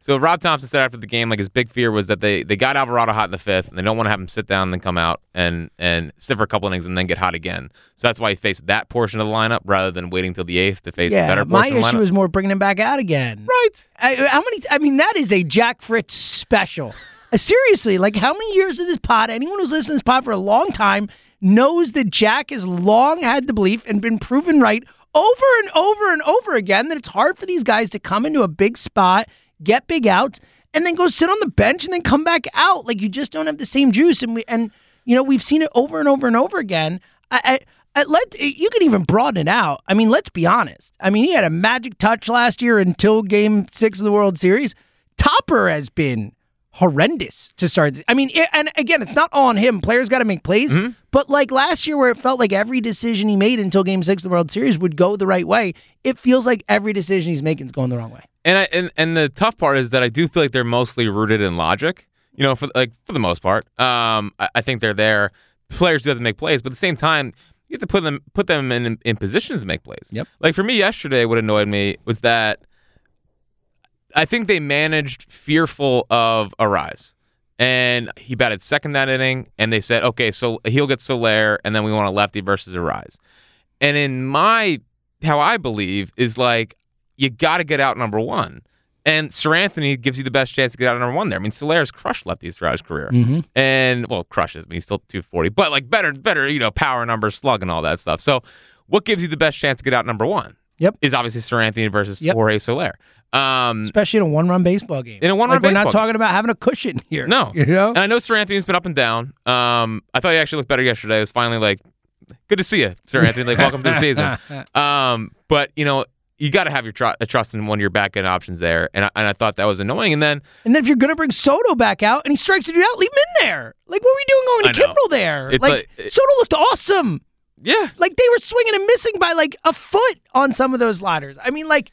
So Rob Thompson said after the game, like his big fear was that they, they got Alvarado hot in the fifth, and they don't want to have him sit down and then come out and and sit for a couple innings and then get hot again. So that's why he faced that portion of the lineup rather than waiting till the eighth to face the better my portion. of issue the lineup. is more bringing him back out again. right. I, how many? I mean, that is a Jack Fritz special. Uh, Seriously, like how many years of this pod? Anyone who's listened to this pod for a long time knows that Jack has long had the belief and been proven right over and over and over again that it's hard for these guys to come into a big spot, get big outs, and then go sit on the bench and then come back out. Like you just don't have the same juice, and we and you know we've seen it over and over and over again. I, I I- let you can even broaden it out. I mean, let's be honest. I mean, he had a magic touch last year until Game Six of the World Series. Topper has been horrendous to start. I mean, it, and again, it's not all on him. Players got to make plays, Mm-hmm. but like last year, where it felt like every decision he made until Game Six of the World Series would go the right way, it feels like every decision he's making is going the wrong way. And I and, and the tough part is that I do feel like they're mostly rooted in logic. You know, for like for the most part, um, I, I think they're there. Players do have to make plays, but at the same time, you have to put them put them in in positions to make plays. Yep. Like for me yesterday, what annoyed me was that I think they managed fearful of a rise. And he batted second that inning, and they said, okay, so he'll get Solaire, and then we want a lefty versus a rise. And in my, how I believe is like, you got to get out number one. And Sir Anthony gives you the best chance to get out number one there. I mean, Solaire's crushed lefties throughout his career. And, well, crushes. I mean, he's still 240, but like better, better, you know, power numbers, slug, and all that stuff. So, what gives you the best chance to get out number one? Yep. Is obviously Sir Anthony versus Yep. Jorge Soler. Um, Especially in a one-run baseball game. In a one-run Like, we're baseball not talking about having a cushion here. no. you know. And I know Sir Anthony's been up and down. Um, I thought he actually looked better yesterday. It was finally like, good to see you, Sir Anthony. Like, welcome to the season. Um, but, you know, you got to have your tr- trust in one of your back end options there. And I, and I thought that was annoying. And then And then if you're gonna bring Soto back out and he strikes it out, leave him in there. Like what were we doing going to I know. Kimbrel there? It's like like- Soto looked awesome. Yeah. Like they were swinging and missing by like a foot on some of those ladders. I mean, like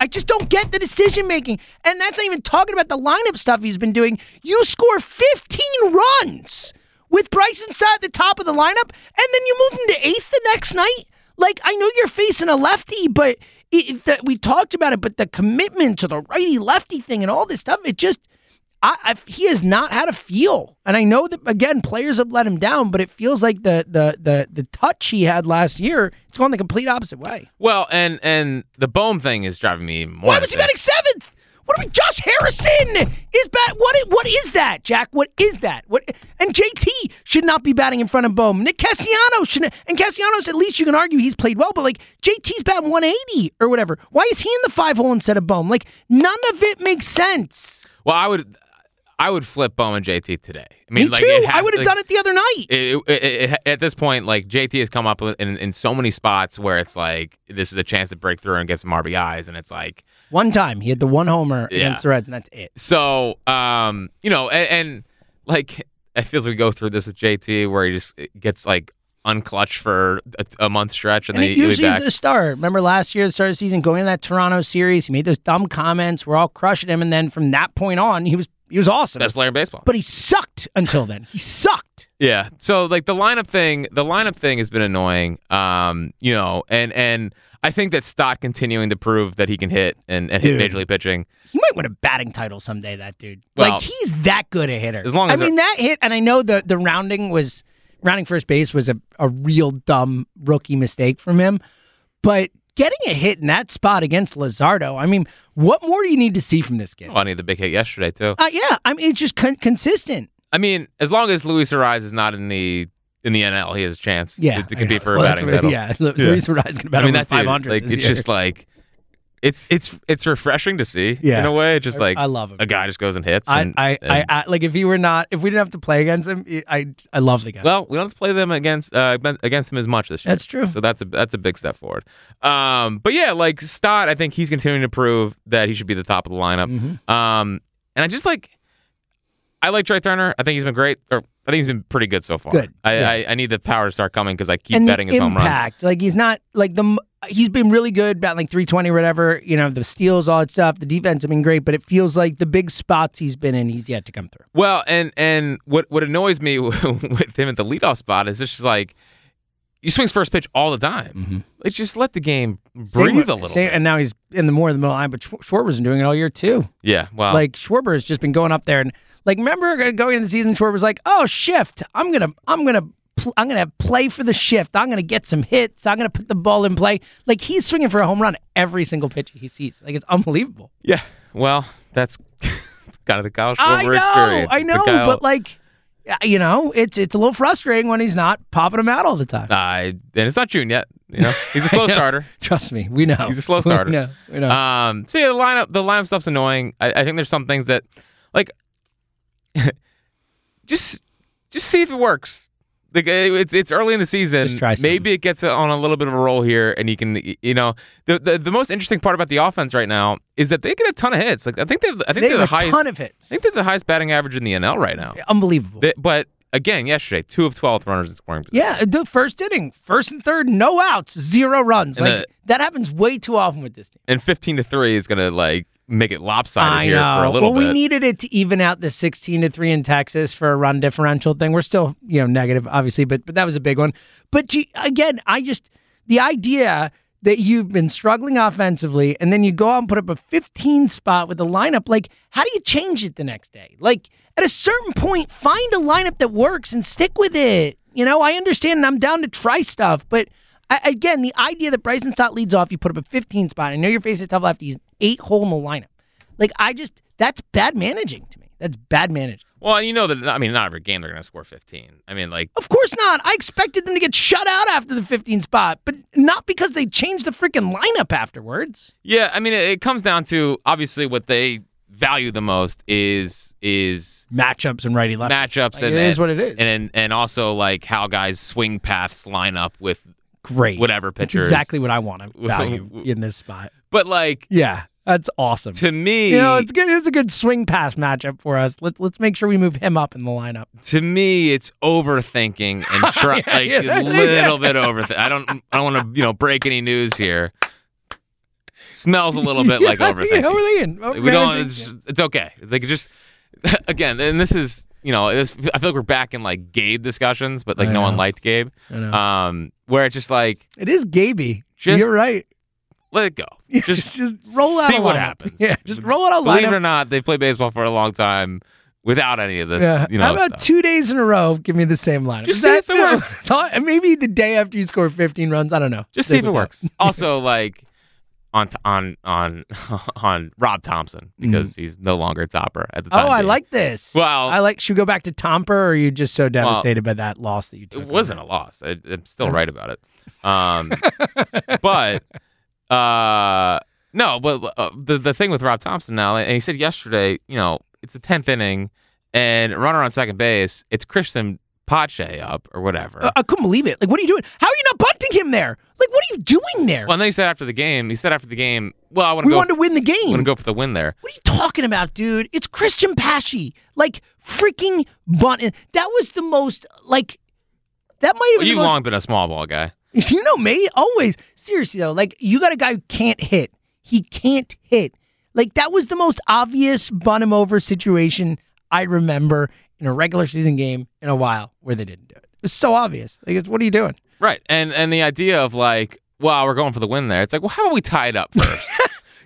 I just don't get the decision making. And that's not even talking about the lineup stuff he's been doing. You score 15 runs with Bryce inside the top of the lineup, and then you move him to eighth the next night. Like I know you're facing a lefty, but if that we talked about it, but the commitment to the righty lefty thing and all this stuff, it just I, I he has not had a feel, and I know that again players have let him down, but it feels like the the the the touch he had last year, it's gone the complete opposite way. Well, and and the Bohm thing is driving me even more. Why was he insane. batting seventh? What are we? Josh Harrison is bat. What? i- What is that, Jack? What is that? What? And JT should not be batting in front of Bohm. Nick Cassiano shouldn't. And Cassiano's at least you can argue he's played well, but like JT's batting 180 or whatever. Why is he in the five hole instead of Bohm? Like none of it makes sense. Well, I would, I would flip Bohm and JT today. I mean, Me like, too. it I would have like, done it the other night. It, it, it, it- at this point, like JT has come up in, in so many spots where it's like this is a chance to break through and get some RBIs, and it's like One time he had the one homer Yeah. against the Reds, and that's it. so. Um, you know, and, and like it feels like we go through this with JT where he just gets like unclutched for a, a month stretch, and, And then it he- he'll be usually back. is the star. Remember last year, at the start of the season, going to that Toronto series, he made those dumb comments. We're all crushing him, and then from that point on, he was he was awesome. Best player in baseball. but he sucked until then. He sucked. Yeah. So like the lineup thing, the lineup thing has been annoying. Um, you know, and and I think that Stott continuing to prove that he can hit and, and hit Dude. major league pitching. He might win a batting title someday. That dude, Well, like he's that good a hitter. as long as I mean that hit, and I know the the rounding was rounding first base was a a real dumb rookie mistake from him, but. Getting a hit in that spot against Lazardo, I mean, what more do you need to see from this kid? Oh, I need the big hit yesterday too. Uh, yeah, I mean it's just con- consistent. I mean, as long as Luis Ariz is not in the in the NL, he has a chance. to, Yeah, to I compete know. for a Well, that's batting what- title. Yeah, Lu- Luis Uriz going to I bat mean over that dude, 500. like this it's year. just like it's it's it's refreshing to see Yeah. in a way. Just like I love him. a guy just goes and hits. I, and- I, I, and- I, like if he were not, if we didn't have to play against him, I, I- I love the guy. Well, we don't have to play them against uh, against him as much this year. That's true. So that's a that's a big step forward. Um, but yeah, like Stott, I think he's continuing to prove that he should be the top of the lineup. Mm-hmm. Um, and I just like, I like Trey Turner. I think he's been great, or I think he's been pretty good so far. Good. I, Yeah. I, I need the power to start coming because I keep and betting the his home runs. impact, like he's not like the. m- He's been really good, batting like 320 or whatever. You know, the steals, all that stuff. The defense have been great, but it feels like the big spots he's been in, he's yet to come through. Well, and and what what annoys me with him at the leadoff spot is it's just like he swings first pitch all the time. Like just let the game Mm-hmm. Same breathe with- a little. same- bit. and now he's in the more in the middle of the line, but Schw- Schwarber's been doing it all year too. yeah, wow. Like Schwarber has just been going up there and like remember going into the season, Schwarber's like, oh shift, I'm gonna I'm gonna pl- I'm gonna play for the shift. I'm gonna get some hits. I'm gonna put the ball in play. Like he's swinging for a home run every single pitch he sees. Like it's unbelievable. yeah, well, that's it's kind of the Kyle Schwarber I know, experience. I It's the know, Kyle- but like, yeah, you know, it's it's a little frustrating when he's not popping him out all the time. I and it's not June yet. You know, he's a slow starter. Trust me, we know He's a slow We starter. know, we know. Um, so yeah, the lineup, the lineup stuff's annoying. I, I think there's some things that, like, just just see if it works. Like uh, it's it's early in the season. Just try something. Maybe it gets on a little bit of a roll here, and you can you know the, the the most interesting part about the offense right now is that they get a ton of hits. Like I think they have I think they are have the a highest. ton of hits. I think they're the highest batting average in the NL right now. Unbelievable. They- but again, yesterday, two of twelve runners in scoring position. yeah, the first inning, first and third, no outs, zero runs. And Like that happens way too often with this team. and fifteen to three is gonna like make it lopsided I here know. for a little well, bit. we needed it to even out the 16 to 3 in Texas for a run differential thing. We're still, you know, negative obviously, but but that was a big one. But gee, again, I just the idea that you've been struggling offensively and then you go out and put up a 15 spot with a lineup like how do you change it the next day? Like at a certain point find a lineup that works and stick with it. You know, I understand and I'm down to try stuff, but I, again, the idea that Bryson Stott leads off, you put up a 15 spot. I know you're facing a tough lefty. He's eight hole in the lineup. Like I just that's bad managing to me. That's bad managing. Well, and you know that I mean, not every game they're going to score 15. I mean, like Of course not. I expected them to get shut out after the 15 spot, but not because they changed the freaking lineup afterwards. yeah, I mean, it, it comes down to obviously what they value the most is is Matchups and righty lefty. matchups Like, and it and- is what it is. and and also like how guys swing paths line up with Great. whatever That's pitchers. exactly what I want to value in this spot. But like Yeah, that's awesome. to me, You know, it's good. It's a good swing pass matchup for us. Let's let's make sure we move him up in the lineup. to me, it's overthinking and try Yeah, like a yeah. little bit overthinking. I don't I don't want to you know break any news here. Smells a little bit like Yeah, overthinking. Yeah, we're in. we don't. Managing- It's, it's okay. Like just again, and this is you know, this, I feel like we're back in like Gabe discussions, but like I no one know. liked Gabe. I know. Um, where it's just like it is Gaby. just- You're right. let it go. Just, just roll out. see a what lineup. happens. Yeah, just roll out a Believe lineup. it or not, they played baseball for a long time without any of this. Yeah. You know, How about stuff. two days in a row? Give me the same lineup. Just Is see if it yeah. works. Thought- and maybe the day after you score 15 runs. I don't know. just see if Live it with that. works. also, like on t- on on on Rob Thompson because he's no longer topper at the time. Mm-hmm. Oh, I being. like this. Well, I like. Should we go back to Tomper, or are you just so devastated by that loss that you took? it wasn't a loss. I, I'm still right about it. Um, but uh, no, but uh, the the thing with Rob Thompson now, and he said yesterday, you know, it's the tenth inning, and runner on second base, it's Christian Pache up or whatever. Uh, I, I couldn't believe it. Like, what are you doing? How are you not bunting him there? Like, what are you doing there? well, and then he said after the game, he said after the game, well, I want to we go, wanted to win the game. want to go for the win there. What are you talking about, dude? It's Christian Pashy. Like freaking bunt. That was the most like that might have Well, been the you've most- long been a small ball guy. You know me, always. Seriously though, like you got a guy who can't hit. He can't hit. Like that was the most obvious bun him over situation I remember in a regular season game in a while where they didn't do it. It's so obvious. Like it's what are you doing? Right. And and the idea of like, wow, we're going for the win there. It's like, well, how about we tie it up first?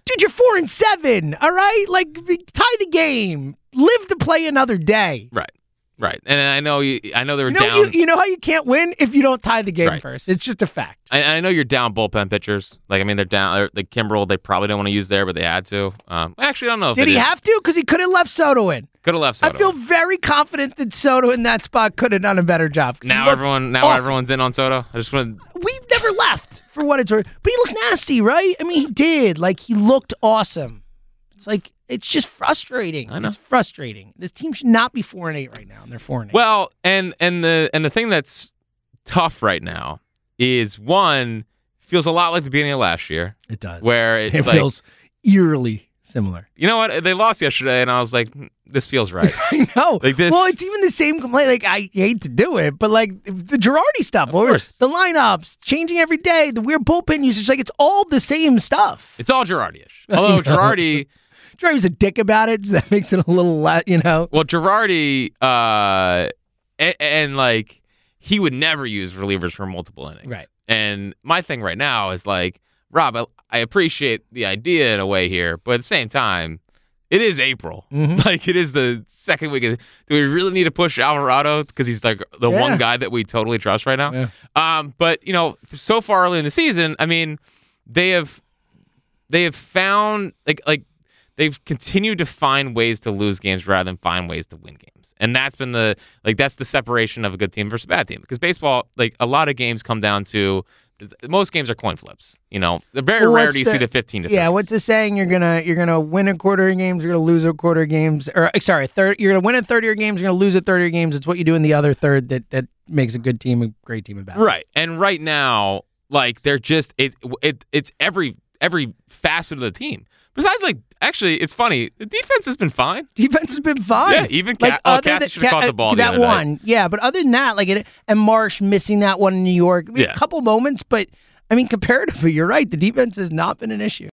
Dude, you're four and seven. All right, like tie the game. Live to play another day. right. Right. And I know you I know they were You know, down you, you know how you can't win if you don't tie the game Right. first. It's just a fact. I, I know you're down bullpen pitchers. Like I mean, they're down. They're, like Kimbrel, they probably don't want to use there, but they had to. Um, I actually don't know. If Did he have to? Because he could have left Soto in. Could have left. I Soto. feel very confident that Soto in that spot could have done a better job. 'Cause he now looked everyone. Now awesome. everyone's in on Soto. I just want. to We've never left for what it's worth. But he looked nasty, right? I mean, he did. Like he looked awesome. It's like it's just frustrating. I know. It's frustrating. This team should not be four and eight right now, and they're four and eight. Well, and and the and the thing that's tough right now is one feels a lot like the beginning of last year, it does. where it's it like feels eerily similar. you know what they lost yesterday, and I was like, "Hmm, this feels right. I know. Like this- Well, it's even the same complaint. Like I hate to do it, but like the Girardi stuff, or course. the lineups changing every day, the weird bullpen usage, like it's all the same stuff. it's all Girardi-ish. Although know. Girardi, Girardi was a dick about it, so that makes it a little less, you know. well, Girardi, uh, and, and like he would never use relievers for multiple innings. Right. And my thing right now is like, Rob, I, I appreciate the idea in a way here, but at the same time, it is April. Mhm. Like it is the second week. Of, do we really need to push Alvarado because he's like the Yeah. one guy that we totally trust right now? Yeah. Um, but you know, so far early in the season, I mean, they have they have found like like they've continued to find ways to lose games rather than find ways to win games. And that's been the like that's the separation of a good team versus a bad team. Because baseball, like a lot of games come down to most games are coin flips. You know, very Well, rare what's do you the- see the fifteen to Yeah, 30s. what's the saying? You're gonna you're gonna win a quarter of games, you're gonna lose a quarter of games, or uh, sorry, third. You're gonna win a third of your games, you're gonna lose a third of your games. It's what you do in the other third that that makes a good team a great team. A bad. Right. And right now, like they're just it it it's every every facet of the team. Besides, like actually, it's funny. The defense has been fine. defense has been fine. Yeah, even Ca- oh, Cassie should've caught the ball the that other night. one. Yeah, but other than that, like it and Marsh missing that one in New York, I mean, Yeah. a couple moments, but I mean comparatively, you're right. The defense has not been an issue.